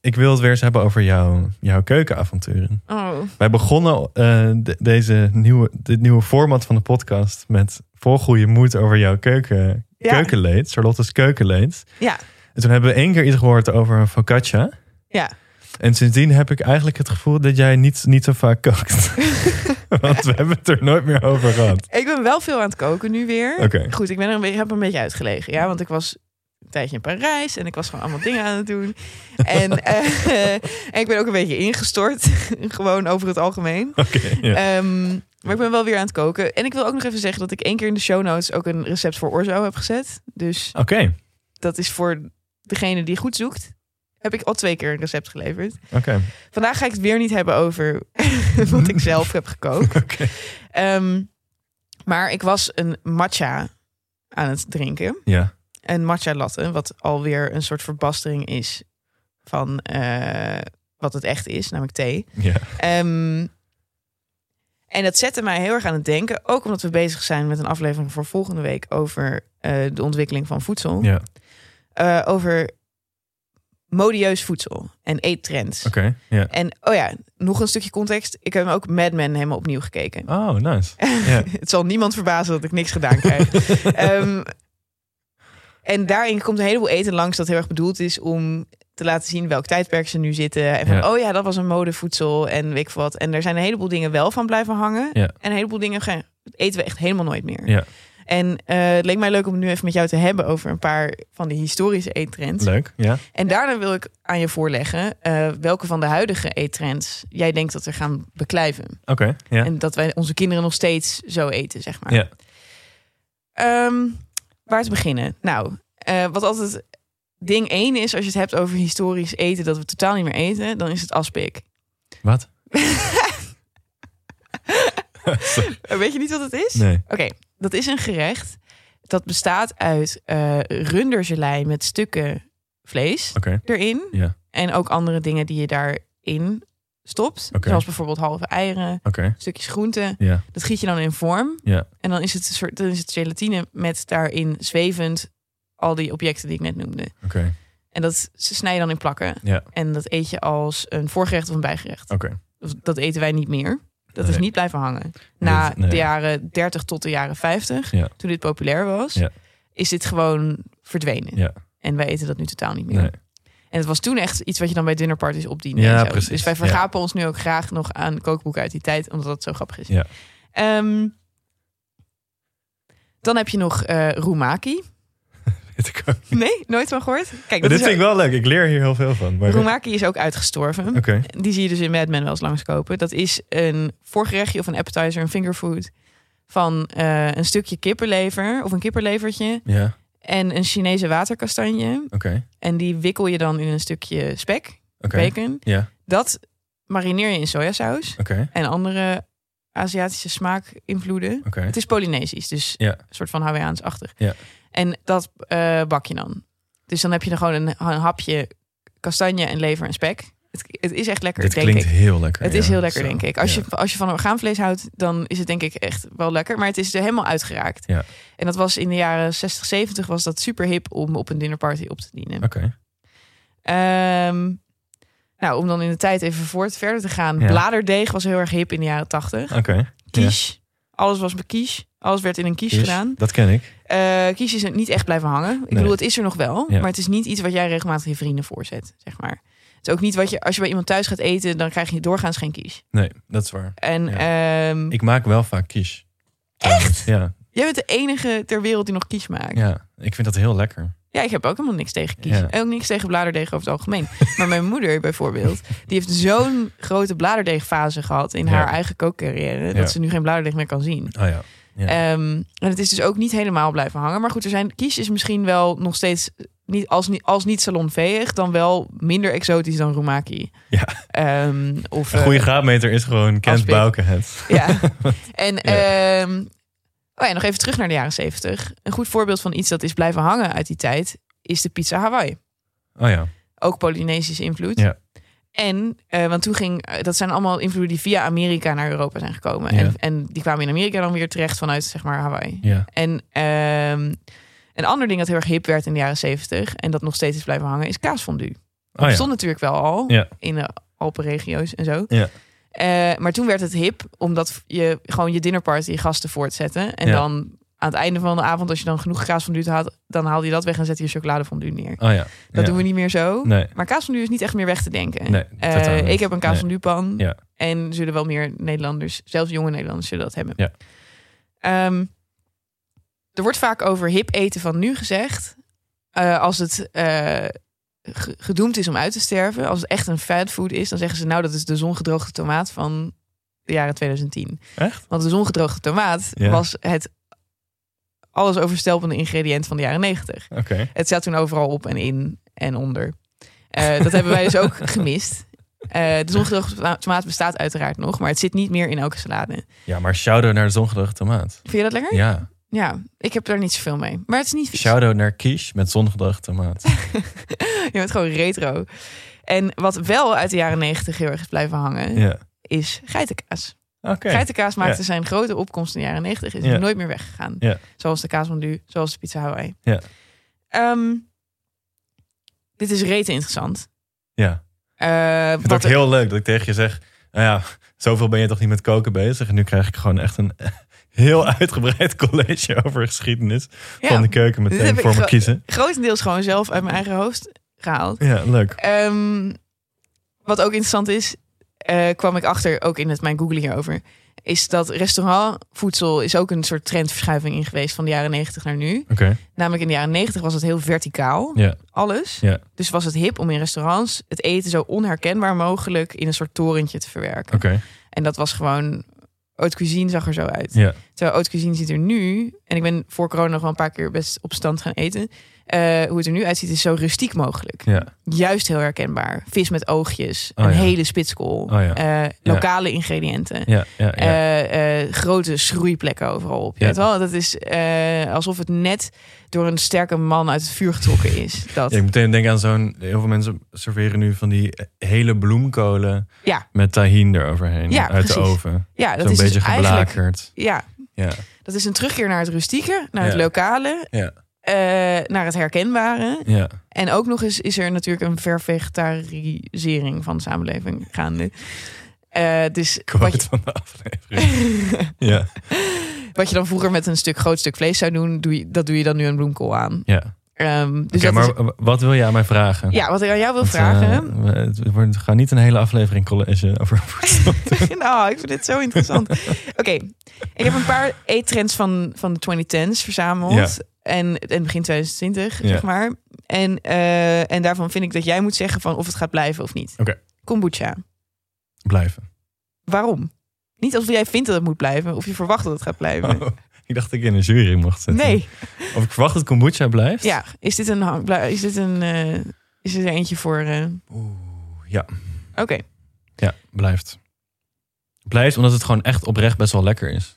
S1: ik wil het weer eens hebben over jouw, jouw keukenavonturen.
S2: Oh,
S1: Wij begonnen eh, de- deze nieuwe, dit nieuwe format van de podcast met vol goede moed over jouw keuken,
S2: Ja.
S1: keukenleed, Charlotte's keukenleed.
S2: Ja.
S1: En toen hebben we één keer iets gehoord over een focaccia.
S2: ja.
S1: En sindsdien heb ik eigenlijk het gevoel dat jij niet, niet zo vaak kookt. Want we hebben het er nooit meer over gehad.
S2: Ik ben wel veel aan het koken nu weer.
S1: Oké.
S2: Goed, ik ben er een beetje, heb er een beetje uitgelegen. Ja, want ik was een tijdje in Parijs en ik was gewoon allemaal dingen aan het doen. En, eh, en ik ben ook een beetje ingestort. gewoon over het algemeen.
S1: Oké. ja.
S2: Ehm, maar ik ben wel weer aan het koken. En ik wil ook nog even zeggen dat ik één keer in de show notes ook een recept voor orzo heb gezet. Dus
S1: Oké.
S2: dat is voor degene die goed zoekt. Heb ik al twee keer een recept geleverd.
S1: Oké.
S2: Vandaag ga ik het weer niet hebben over wat ik zelf heb gekookt.
S1: Oké.
S2: Ehm, maar ik was een matcha aan het drinken.
S1: Ja.
S2: Een matcha latte, wat alweer een soort verbastering is van eh, wat het echt is, namelijk thee.
S1: Ja.
S2: Ehm, en dat zette mij heel erg aan het denken. Ook omdat we bezig zijn met een aflevering voor volgende week over eh, de ontwikkeling van voedsel.
S1: Ja.
S2: Eh, over modieus voedsel en eettrends.
S1: Oké. Ja.
S2: En oh ja, nog een stukje context. Ik heb hem ook Mad Men helemaal opnieuw gekeken.
S1: Oh, nice. Ja.
S2: Het zal niemand verbazen dat ik niks gedaan krijg. Ehm, en daarin komt een heleboel eten langs dat heel erg bedoeld is om te laten zien welk tijdperk ze nu zitten. En van,
S1: Ja.
S2: oh ja, dat was een modevoedsel en weet ik wat. En er zijn een heleboel dingen wel van blijven hangen.
S1: Ja.
S2: En een heleboel dingen gaan, eten we echt helemaal nooit meer.
S1: Ja.
S2: En eh, het leek mij leuk om het nu even met jou te hebben over een paar van die historische eettrends.
S1: Leuk. Ja.
S2: En daarna wil ik aan je voorleggen eh, welke van de huidige eettrends jij denkt dat er gaan beklijven.
S1: Oké. Ja.
S2: En dat wij onze kinderen nog steeds zo eten, zeg maar.
S1: Ja.
S2: Ehm, waar te beginnen? Nou, eh, wat altijd ding één is als je het hebt over historisch eten dat we totaal niet meer eten, dan is het aspik.
S1: Wat? Sorry.
S2: Weet je niet wat het is?
S1: Nee.
S2: Oké, dat is een gerecht dat bestaat uit eh rundergelei met stukken vlees
S1: Oké.
S2: erin
S1: Ja.
S2: en ook andere dingen die je daarin stopt,
S1: Oké.
S2: zoals bijvoorbeeld halve eieren,
S1: Oké.
S2: stukjes groenten.
S1: Ja.
S2: Dat giet je dan in vorm.
S1: Ja.
S2: En dan is het een soort dan is het gelatine met daarin zwevend al die objecten die ik net noemde.
S1: Oké.
S2: En dat ze snijden dan in plakken.
S1: Ja.
S2: En dat eet je als een voorgerecht of een bijgerecht.
S1: Oké.
S2: Of Dat eten wij niet meer. Dat is
S1: Nee.
S2: niet blijven hangen. Na
S1: Dat- nee.
S2: de jaren 30 tot de jaren 50,
S1: Ja.
S2: toen dit populair was,
S1: Ja.
S2: is dit gewoon verdwenen.
S1: Ja.
S2: En wij eten dat nu totaal niet meer.
S1: Nee.
S2: En het was toen echt iets wat je dan bij dinnerparties opdiende.
S1: Ja,
S2: en zo.
S1: precies.
S2: Dus wij
S1: Ja.
S2: vergapen ons nu ook graag nog aan kookboeken uit die tijd, omdat dat zo grappig is.
S1: Ja.
S2: Ehm, dan heb je nog eh roemaki.
S1: zit te komen.
S2: Nee, nooit van gehoord? Kijk,
S1: Dit
S2: dat
S1: vind
S2: is
S1: ik wel leuk. Ik leer hier heel veel van. Maar... Oké.
S2: Roemaki is ook uitgestorven. Die zie je dus in Mad Men wel eens langskopen. Dat is een voorgerechtje of een appetizer, een fingerfood... van eh, een stukje kipperlever of een kipperlevertje...
S1: Ja, oké.
S2: en een Chinese waterkastanje. En die wikkel je dan in een stukje spek,
S1: Oké.
S2: bacon.
S1: Ja,
S2: Dat marineer je in sojasaus
S1: oké.
S2: en andere Aziatische smaakinvloeden.
S1: Oké.
S2: Het is Polynesisch, dus
S1: Ja.
S2: een soort van Hawaiiaans-achtig.
S1: Ja.
S2: En dat eh, bak je dan. Dus dan heb je dan gewoon een, een hapje kastanje en lever en spek. Het, het is echt lekker,
S1: Dit
S2: denk
S1: klinkt
S2: ik.
S1: heel lekker.
S2: Het is
S1: ja.
S2: heel lekker,
S1: Zo,
S2: denk ik. Als,
S1: ja.
S2: je, als je van orgaanvlees houdt, dan is het denk ik echt wel lekker. Maar het is er helemaal uitgeraakt.
S1: Ja.
S2: En dat was in de jaren 60, 70 was dat super hip om op een dinnerparty op te dienen.
S1: Oké.
S2: Ehm, nou, om dan in de tijd even voort verder te gaan.
S1: Ja.
S2: Bladerdeeg was heel erg hip in de jaren 80.
S1: Oké. Ja.
S2: Quiche. Alles was met quiche. Alles werd in een quiche,
S1: Is-
S2: gedaan.
S1: Dat ken ik.
S2: Eh quiche is niet echt blijven hangen. Ik
S1: Nee.
S2: bedoel, het is er nog wel.
S1: Ja.
S2: Maar het is niet iets wat jij regelmatig je vrienden voorzet, zeg maar. Het is ook niet wat je... Als je bij iemand thuis gaat eten, dan krijg je doorgaans geen quiche.
S1: Nee, dat is waar.
S2: En ehm,
S1: Ik maak wel vaak quiche. Echt? Ja,
S2: jij bent de enige ter wereld die nog quiche maakt. Ja,
S1: ja. Ik vind dat heel lekker.
S2: ik heb ook helemaal niks tegen quiche.
S1: Ja.
S2: En ook niks tegen bladerdeeg over het algemeen. maar mijn moeder bijvoorbeeld, die heeft zo'n grote bladerdeegfase gehad... in
S1: Ja.
S2: haar eigen kookcarrière,
S1: Ja.
S2: dat ze nu geen bladerdeeg meer kan zien.
S1: Oh ja. Ja.
S2: Ehm, en het is dus ook niet helemaal blijven hangen. Maar goed, er zijn kies is misschien wel nog steeds niet als, niet, als niet salonveeg, dan wel minder exotisch dan Roemaki.
S1: Ja.
S2: Ehm, of,
S1: Een goede
S2: eh,
S1: graadmeter is gewoon Kent
S2: Aspik.
S1: Bouken het.
S2: Ja. En ehm, oh ja, nog even terug naar de jaren zeventig. Een goed voorbeeld van iets dat is blijven hangen uit die tijd is de pizza Hawaii.
S1: Oh ja.
S2: Ook Polynesische invloed.
S1: Ja.
S2: En, eh, want toen ging, eh, dat zijn allemaal invloeden die via Amerika naar Europa zijn gekomen.
S1: Ja.
S2: En, en die kwamen in Amerika dan weer terecht vanuit, zeg maar, Hawaii.
S1: Ja.
S2: En ehm, een ander ding dat heel erg hip werd in de jaren 70 en dat nog steeds is blijven hangen, is kaasfondue. Dat
S1: Oh ja.
S2: stond natuurlijk wel al
S1: Ja.
S2: in de Alpenregio's en zo.
S1: Ja.
S2: Eh, maar toen werd het hip omdat je gewoon je dinnerparty gasten voortzetten. En
S1: Ja.
S2: dan aan het einde van de avond, als je dan genoeg kaasfondue had, dan haalde je dat weg en zette je chocoladefondue neer.
S1: Oh ja.
S2: Dat
S1: Ja.
S2: doen we niet meer zo.
S1: Nee.
S2: Maar kaasfondue is niet echt meer weg te denken.
S1: Nee,
S2: Eh,
S1: totaal niet.
S2: ik heb een kaasfonduepan.
S1: Ja.
S2: En zullen wel meer Nederlanders, zelfs jonge Nederlanders, zullen dat hebben.
S1: Ja.
S2: Ehm, er wordt vaak over hip eten van nu gezegd. eh, als het eh, ge- gedoemd is om uit te sterven. Als het echt een fatfood is, dan zeggen ze nou dat is de zongedroogde tomaat van de jaren 2010.
S1: Echt?
S2: Want de zongedroogde tomaat
S1: Ja.
S2: was het alles overstelpende ingrediënt van de jaren 90.
S1: Oké.
S2: Het zat toen overal op en in en onder. Eh, dat hebben wij dus ook gemist. Eh de zongedroogde toma- tomaat bestaat uiteraard nog, maar het zit niet meer in elke salade.
S1: Ja, maar shout-out naar de zongedroogde tomaat.
S2: Vind je dat lekker? Ja,
S1: Ja.
S2: ik heb daar niet zoveel mee. Maar het is niet vies.
S1: Shout-out naar quiche met zongedroogde tomaat.
S2: Je bent gewoon retro. En wat wel uit de jaren negentig heel erg is blijven hangen,
S1: Ja.
S2: is geitenkaas.
S1: Oké.
S2: Geitenkaas maakte
S1: Ja.
S2: zijn grote opkomst in de jaren 90. Is
S1: Ja.
S2: nooit meer weggegaan.
S1: Ja.
S2: Zoals de kaasfondue, zoals de pizza Hawaii.
S1: Ja.
S2: Ehm, dit is rete interessant.
S1: Ja.
S2: Eh,
S1: Ik vind
S2: wat
S1: het ook heel leuk dat ik tegen je zeg... Nou ja, zoveel ben je toch niet met koken bezig? En nu krijg ik gewoon echt een heel uitgebreid college over geschiedenis
S2: Ja.
S1: van de keuken
S2: Dit
S1: meteen
S2: heb ik
S1: voor me
S2: ge-
S1: kiezen.
S2: grotendeels gewoon zelf uit mijn eigen hoofd gehaald.
S1: Ja, leuk.
S2: Ehm, wat ook interessant is, eh, kwam ik achter, ook in het mijn googling hierover, is dat restaurantvoedsel is ook een soort trendverschuiving in geweest van de jaren 90 naar nu.
S1: Oké.
S2: Namelijk in de jaren 90 was het heel verticaal,
S1: Ja.
S2: alles.
S1: Ja.
S2: Dus was het hip om in restaurants het eten zo onherkenbaar mogelijk in een soort torentje te verwerken.
S1: Oké.
S2: En dat was gewoon, haute cuisine zag er zo uit.
S1: Ja.
S2: Terwijl haute cuisine ziet er nu, en ik ben voor corona nog wel een paar keer best op stand gaan eten. eh, hoe het er nu uitziet is zo rustiek mogelijk.
S1: Ja.
S2: Juist heel herkenbaar. Vis met oogjes,
S1: Oh
S2: een
S1: ja.
S2: hele spitskool,
S1: Oh ja.
S2: eh, lokale ingrediënten.
S1: Ja. Ja. Ja.
S2: eh, eh, grote schroeiplekken overal op. Je
S1: Ja.
S2: weet wel, dat is eh, alsof het net door een sterke man uit het vuur getrokken is. Dat.
S1: Ja, ik moet meteen denken aan zo'n... Heel veel mensen serveren nu van die hele bloemkolen...
S2: Ja.
S1: met tahin eroverheen
S2: Ja,
S1: uit de
S2: precies.
S1: oven.
S2: Ja, dat
S1: Zo'n
S2: is
S1: beetje
S2: dus eigenlijk.
S1: geblakerd.
S2: Ja,
S1: Ja.
S2: dat is een terugkeer naar het rustieke, naar het
S1: Ja.
S2: lokale,
S1: Ja.
S2: eh, naar het herkenbare.
S1: Ja.
S2: En ook nog eens is er natuurlijk een vervegetarisering van de samenleving gaande. Eh, dus wat
S1: Quote
S2: je,
S1: van de aflevering. ja.
S2: wat je dan vroeger met een stuk groot stuk vlees zou doen, doe je, dat doe je dan nu een bloemkool aan.
S1: Ja.
S2: Ehm, dus
S1: Oké,
S2: dat
S1: maar
S2: is-
S1: w- wat wil je aan mij vragen?
S2: ja, wat ik aan jou wil
S1: Want, eh,
S2: vragen.
S1: we- het wordt we gaan niet een hele aflevering college over voedsel.
S2: nou, ik vind dit zo interessant. Oké, ik heb een paar eettrends van, van de 2010s verzameld. En, en begin 2020,
S1: Ja.
S2: zeg maar. En, eh, en daarvan vind ik dat jij moet zeggen van of het gaat blijven of niet.
S1: Oké.
S2: Kombucha.
S1: Blijven.
S2: Waarom? Niet alsof jij vindt dat het moet blijven of je verwacht dat het gaat blijven.
S1: Oh, ik dacht dat ik in een jury mocht zitten.
S2: nee.
S1: Of ik verwacht dat kombucha blijft.
S2: Ja, is dit een hang- blij- is dit een eh, is dit er eentje voor eh,
S1: Oeh, ja.
S2: Oké.
S1: Ja, blijft. Blijft omdat het gewoon echt oprecht best wel lekker is.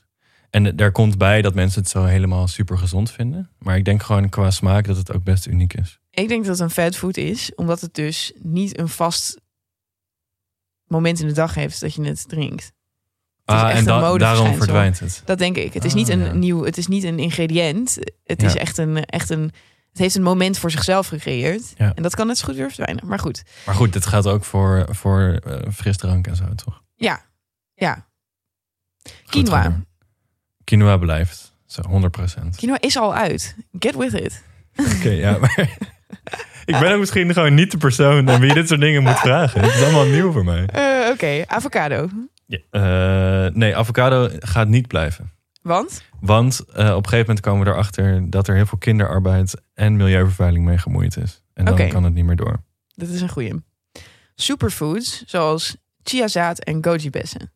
S1: En daar komt bij dat mensen het zo helemaal super gezond vinden. Maar ik denk gewoon qua smaak dat het ook best uniek is.
S2: Ik denk dat het een fatfood is omdat het dus niet een vast moment in de dag heeft dat je het drinkt. is echt
S1: Ah, en
S2: een modeverschijnsel.
S1: daarom verdwijnt het.
S2: Dat denk ik. Het is
S1: Ah,
S2: niet een
S1: ja.
S2: nieuw, het is niet een ingrediënt. Het
S1: Ja.
S2: is echt een, echt een, het heeft een moment voor zichzelf gecreëerd.
S1: Ja.
S2: En dat kan net zo goed weer verdwijnen. Maar goed,
S1: Maar goed, dit gaat ook voor, voor eh, frisdrank en zo, toch?
S2: ja, ja.
S1: Goed,
S2: Quinoa.
S1: ga door. Quinoa blijft. Zo, 100%. Oké,
S2: Quinoa is al uit. Get with it.
S1: ja, maar... ik ben ook misschien gewoon niet de persoon aan wie dit soort dingen moet vragen. Het is allemaal nieuw voor mij.
S2: Eh, Oké, avocado.
S1: Eh, nee, avocado gaat niet blijven.
S2: Want?
S1: Want eh, op een gegeven moment komen we erachter dat er heel veel kinderarbeid en milieuvervuiling mee gemoeid is. En dan
S2: Oké.
S1: kan het niet meer door.
S2: Dat is een goeie. Superfoods zoals chiazaad en goji bessen.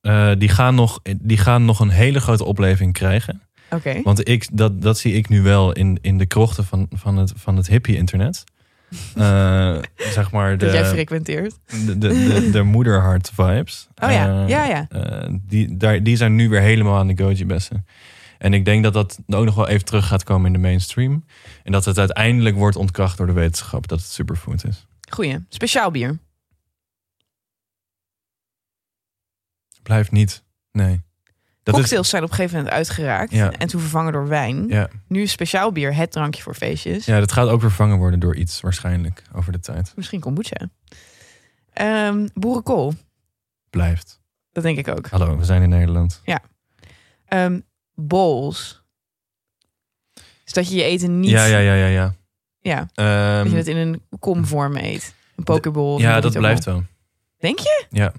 S1: Eh, die, gaan nog, die gaan nog een hele grote opleving krijgen.
S2: Oké.
S1: Want ik, dat, dat zie ik nu wel in, in de krochten van, van het, van het hippie-internet. Eh, zeg maar
S2: Dat jij
S1: de,
S2: frequenteert.
S1: de, de, de, de moederhart-vibes.
S2: Oh ja,
S1: Eh,
S2: ja, ja.
S1: eh, die, daar, die zijn nu weer helemaal aan de goji-bessen. En ik denk dat dat ook nog wel even terug gaat komen in de mainstream. En dat het uiteindelijk wordt ontkracht door de wetenschap dat het superfood is.
S2: Goeie. Speciaal bier.
S1: Blijft niet. Nee. Dat is,
S2: Cocktails zijn op een gegeven moment uitgeraakt.
S1: Ja.
S2: En toen vervangen door wijn.
S1: Ja.
S2: Nu is speciaal bier het drankje voor feestjes.
S1: ja, dat gaat ook vervangen worden door iets waarschijnlijk over de tijd.
S2: Misschien kombucha. Ehm boerenkool.
S1: Blijft.
S2: Dat denk ik ook.
S1: Hallo, we zijn in Nederland.
S2: Ehm bowls. Dus dat je je eten niet...
S1: Ja, ja, ja, ja. ja.
S2: Ja,
S1: Ehm,
S2: dat je het in een komvorm eet. Een pokeball. of
S1: ja dat
S2: een Dorito
S1: blijft wel.
S2: Denk je?
S1: Ja.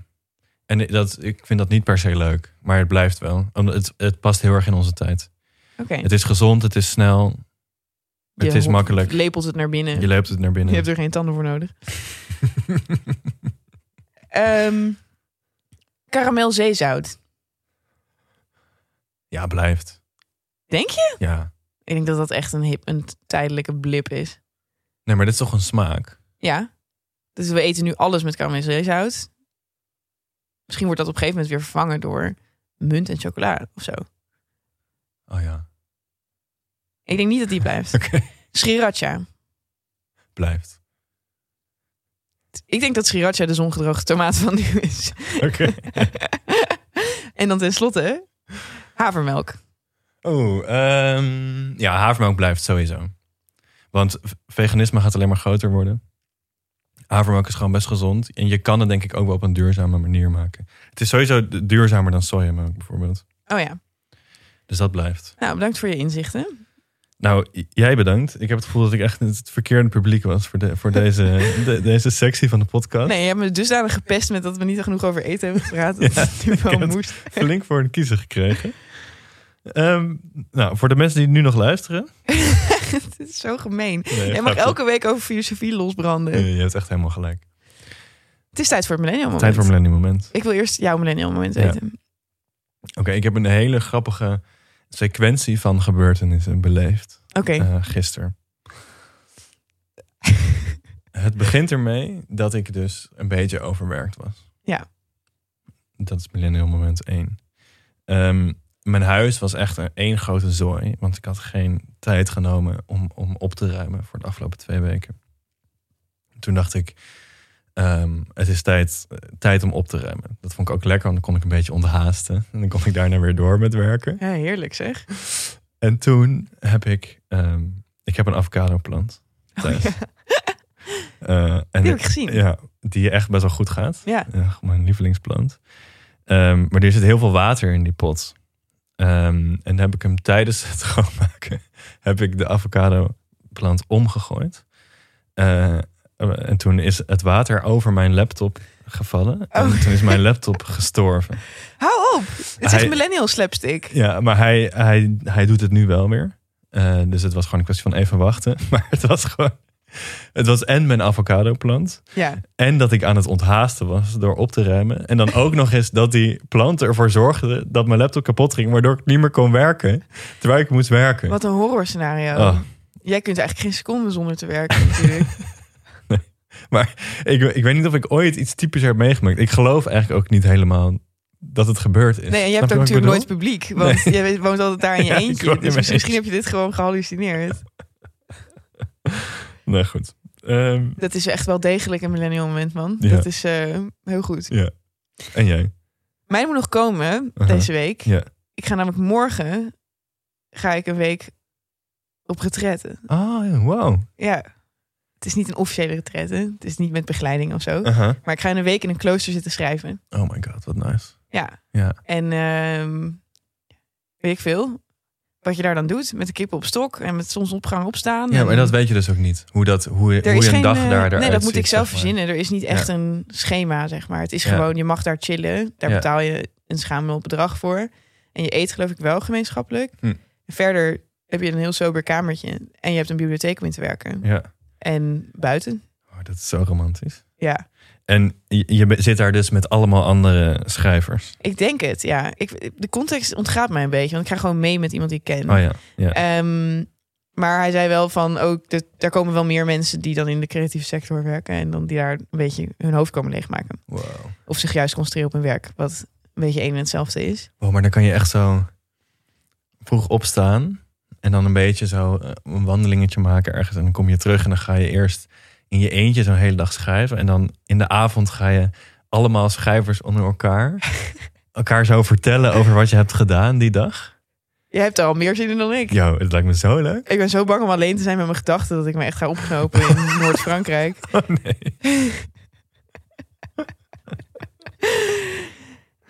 S1: En dat, ik vind dat niet per se leuk, maar het blijft wel. Omdat het, het past heel erg in onze tijd.
S2: ball. Oké.
S1: Het is gezond, het is snel, het
S2: Je
S1: is makkelijk.
S2: Lepelt het naar binnen.
S1: Je loopt het naar binnen.
S2: Je hebt er geen tanden voor nodig. Ehm karamel zeezout.
S1: ja, blijft.
S2: Denk je?
S1: Ja.
S2: Ik denk dat dat echt een, hip, een tijdelijke blip is.
S1: Nee, maar dit is toch een smaak?
S2: Ja. Dus we eten nu alles met karamel zeezout. Misschien wordt dat op een gegeven moment weer vervangen door munt en chocola of zo.
S1: Oh ja.
S2: Ik denk niet dat die blijft.
S1: Oké.
S2: Sriracha.
S1: Blijft.
S2: Ik denk dat sriracha de zongedroogde tomaat van nu is.
S1: Oké.
S2: en dan tenslotte havermelk.
S1: Oeh, Oh, ehm, ja, havermelk blijft sowieso. Want v- veganisme gaat alleen maar groter worden. Havermelk is gewoon best gezond. En je kan het denk ik ook wel op een duurzame manier maken. Het is sowieso d- duurzamer dan sojamelk bijvoorbeeld.
S2: Oh ja.
S1: Dus dat blijft.
S2: Nou, bedankt voor je inzichten.
S1: Nou, j- jij bedankt. Ik heb het gevoel dat ik echt het verkeerde publiek was voor, de, voor deze, de- deze sectie van de podcast.
S2: Nee, je hebt me dusdanig gepest met dat we niet genoeg over eten hebben gepraat. Dat
S1: Ja,
S2: het nu
S1: ik
S2: wel
S1: heb het-
S2: moest.
S1: Flink voor een kiezer gekregen. Ehm, nou, voor de mensen die nu nog luisteren.
S2: Het is zo gemeen.
S1: Nee,
S2: Jij mag
S1: grapje.
S2: elke week over filosofie losbranden.
S1: Nee, Je hebt echt helemaal gelijk.
S2: Het is tijd voor het millennium moment.
S1: Tijd voor een millennium moment.
S2: Ik wil eerst jouw millennium moment
S1: Ja.
S2: weten.
S1: Oké, ik heb een hele grappige sequentie van gebeurtenissen beleefd
S2: Oké.
S1: eh, gisteren. het begint ermee dat ik dus een beetje overwerkt was.
S2: Ja.
S1: Dat is millennial moment 1. mijn huis was echt een één grote zooi, want ik had geen tijd genomen om, om op te ruimen voor de afgelopen twee weken. Toen dacht ik, ehm, het is tijd, eh, tijd om op te ruimen. Dat vond ik ook lekker, want dan kon ik een beetje onthaasten. En dan kon ik daarna weer door met werken.
S2: Ja, heerlijk zeg.
S1: En toen heb ik, ehm, ik heb een avocado plant
S2: Oh,
S1: thuis. Eh, en
S2: Die heb ik gezien. Ja.
S1: Ja, die echt best wel goed gaat. Echt mijn lievelingsplant. Ehm, maar er zit heel veel water in die pot. Ehm, en heb ik hem tijdens het schoonmaken, heb ik de avocado plant omgegooid. Eh, eh, en toen is het water over mijn laptop gevallen. En
S2: Oh.
S1: toen is mijn laptop gestorven.
S2: Hou op! Het is
S1: Hij-
S2: echt millennial slapstick.
S1: Ja, maar hij, hij, hij doet het nu wel weer. Eh, dus het was gewoon een kwestie van even wachten. Maar het was gewoon... Het was en mijn avocado plant.
S2: Ja.
S1: En dat ik aan het onthaasten was door op te ruimen. En dan ook nog eens dat die plant ervoor zorgde dat mijn laptop kapot ging. Waardoor ik niet meer kon werken. Terwijl ik moest werken.
S2: Wat een horror scenario.
S1: Oh.
S2: Jij kunt eigenlijk geen seconde zonder te werken natuurlijk.
S1: Ik, ik weet niet of ik ooit iets typisch heb meegemaakt. Ik geloof eigenlijk ook niet helemaal dat het gebeurd is.
S2: Nee, en je
S1: Snap
S2: hebt ook
S1: wat ik
S2: natuurlijk nooit
S1: bedoel?
S2: publiek. Want jij weet- woont altijd daar in je
S1: Ja, ik woon
S2: eentje.
S1: in
S2: Dus
S1: mijn
S2: misschien heb je dit gewoon gehallucineerd.
S1: Nee, goed. Ehm,
S2: Dat is echt wel degelijk een millennial moment, man.
S1: Ja.
S2: Dat is eh, heel goed.
S1: en jij?
S2: Mij moet nog komen
S1: Aha.
S2: deze week.
S1: Ja.
S2: Ik ga namelijk morgen ga ik een week op retretten.
S1: Oh, wow.
S2: Ja. Het is niet een officiële retraite. Het is niet met begeleiding of zo.
S1: Aha.
S2: Maar ik ga in een week in een klooster zitten schrijven.
S1: Oh my god, wat nice.
S2: Ja.
S1: Ja.
S2: En ehm, weet ik veel. Wat je daar dan doet. Met de kippen op stok. En met zonsopgang opstaan.
S1: Ja, maar
S2: En-
S1: dat weet je dus ook niet. Hoe, dat, hoe, je-
S2: Er
S1: hoe
S2: is
S1: je
S2: geen,
S1: een dag
S2: eh,
S1: daar eruit
S2: Nee, dat moet
S1: ziet,
S2: ik zelf
S1: zeg maar.
S2: verzinnen. Er is niet echt
S1: Ja.
S2: een schema, zeg maar. Het is
S1: Ja.
S2: gewoon, je mag daar chillen. Daar
S1: Ja.
S2: betaal je een schamel bedrag voor. En je eet geloof ik wel gemeenschappelijk.
S1: Hm.
S2: Verder heb je een heel sober kamertje. En je hebt een bibliotheek om in te werken.
S1: Ja,
S2: En buiten,
S1: oh, dat is zo romantisch.
S2: ja.
S1: En je, je be- zit daar dus met allemaal andere schrijvers.
S2: Ik denk het, ja. Ik, de context ontgaat mij een beetje. Want ik ga gewoon mee met iemand die ik ken.
S1: Oh ja, ja.
S2: Ehm, maar hij zei wel van ook, dat er komen wel meer mensen die dan in de creatieve sector werken. En dan die daar een beetje hun hoofd komen leegmaken.
S1: Wow.
S2: of zich juist concentreren op hun werk, wat een beetje een en hetzelfde is.
S1: Wow, maar dan kan je echt zo vroeg opstaan. En dan een beetje zo eh, een wandelingetje maken ergens. En dan kom je terug en dan ga je eerst in je eentje zo'n hele dag schrijven. En dan in de avond ga je allemaal schrijvers onder elkaar... elkaar zo vertellen over wat je hebt gedaan die dag.
S2: Jij hebt er al meer zin in dan ik.
S1: Yo, het lijkt me zo leuk.
S2: Ik ben zo bang om alleen te zijn met mijn gedachten dat ik me echt ga opknopen in Noord-Frankrijk.
S1: Oh nee.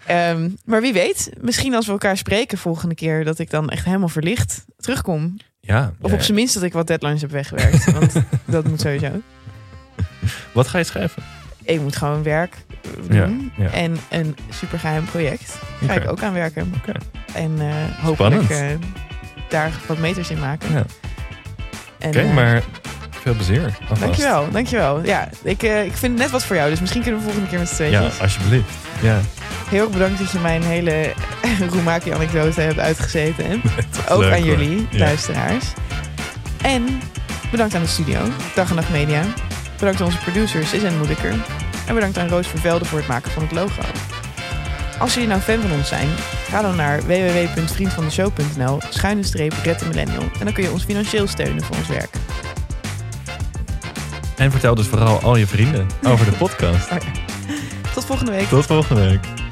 S2: Ehm, maar wie weet, misschien als we elkaar spreken volgende keer, dat ik dan echt helemaal verlicht terugkom.
S1: Ja.
S2: Of
S1: ja.
S2: op zijn minst dat ik wat deadlines heb weggewerkt. Want dat moet sowieso.
S1: Wat ga je schrijven?
S2: Ik moet gewoon werk eh, doen.
S1: ja.
S2: En een supergeheim project ga
S1: Oké.
S2: ik ook aan werken.
S1: Oké.
S2: En eh, hopelijk
S1: Spannend.
S2: eh, daar wat meters in maken.
S1: Ja.
S2: En,
S1: Oké,
S2: eh,
S1: maar veel plezier. alvast.
S2: Dankjewel, dankjewel. Ja, ik, eh, ik vind het net wat voor jou, dus misschien kunnen we volgende keer met z'n tweeën.
S1: Ja, alsjeblieft. Ja,
S2: Heel erg bedankt dat je mijn hele Roemaki-anekdote hebt uitgezeten.
S1: het was
S2: Ook
S1: leuk,
S2: aan
S1: hoor.
S2: jullie,
S1: Ja.
S2: luisteraars. En bedankt aan de studio, Dag en Nacht Media. Bedankt aan onze producers, Is en Moediker. En bedankt aan Roos Vervelde voor het maken van het logo. Als jullie nou fan van ons zijn, ga dan naar www.vriendvandeshow.nl schuine streep Red de Millennial. En dan kun je ons financieel steunen voor ons werk.
S1: En vertel dus vooral al je vrienden over de podcast.
S2: Tot volgende week.
S1: Tot volgende week.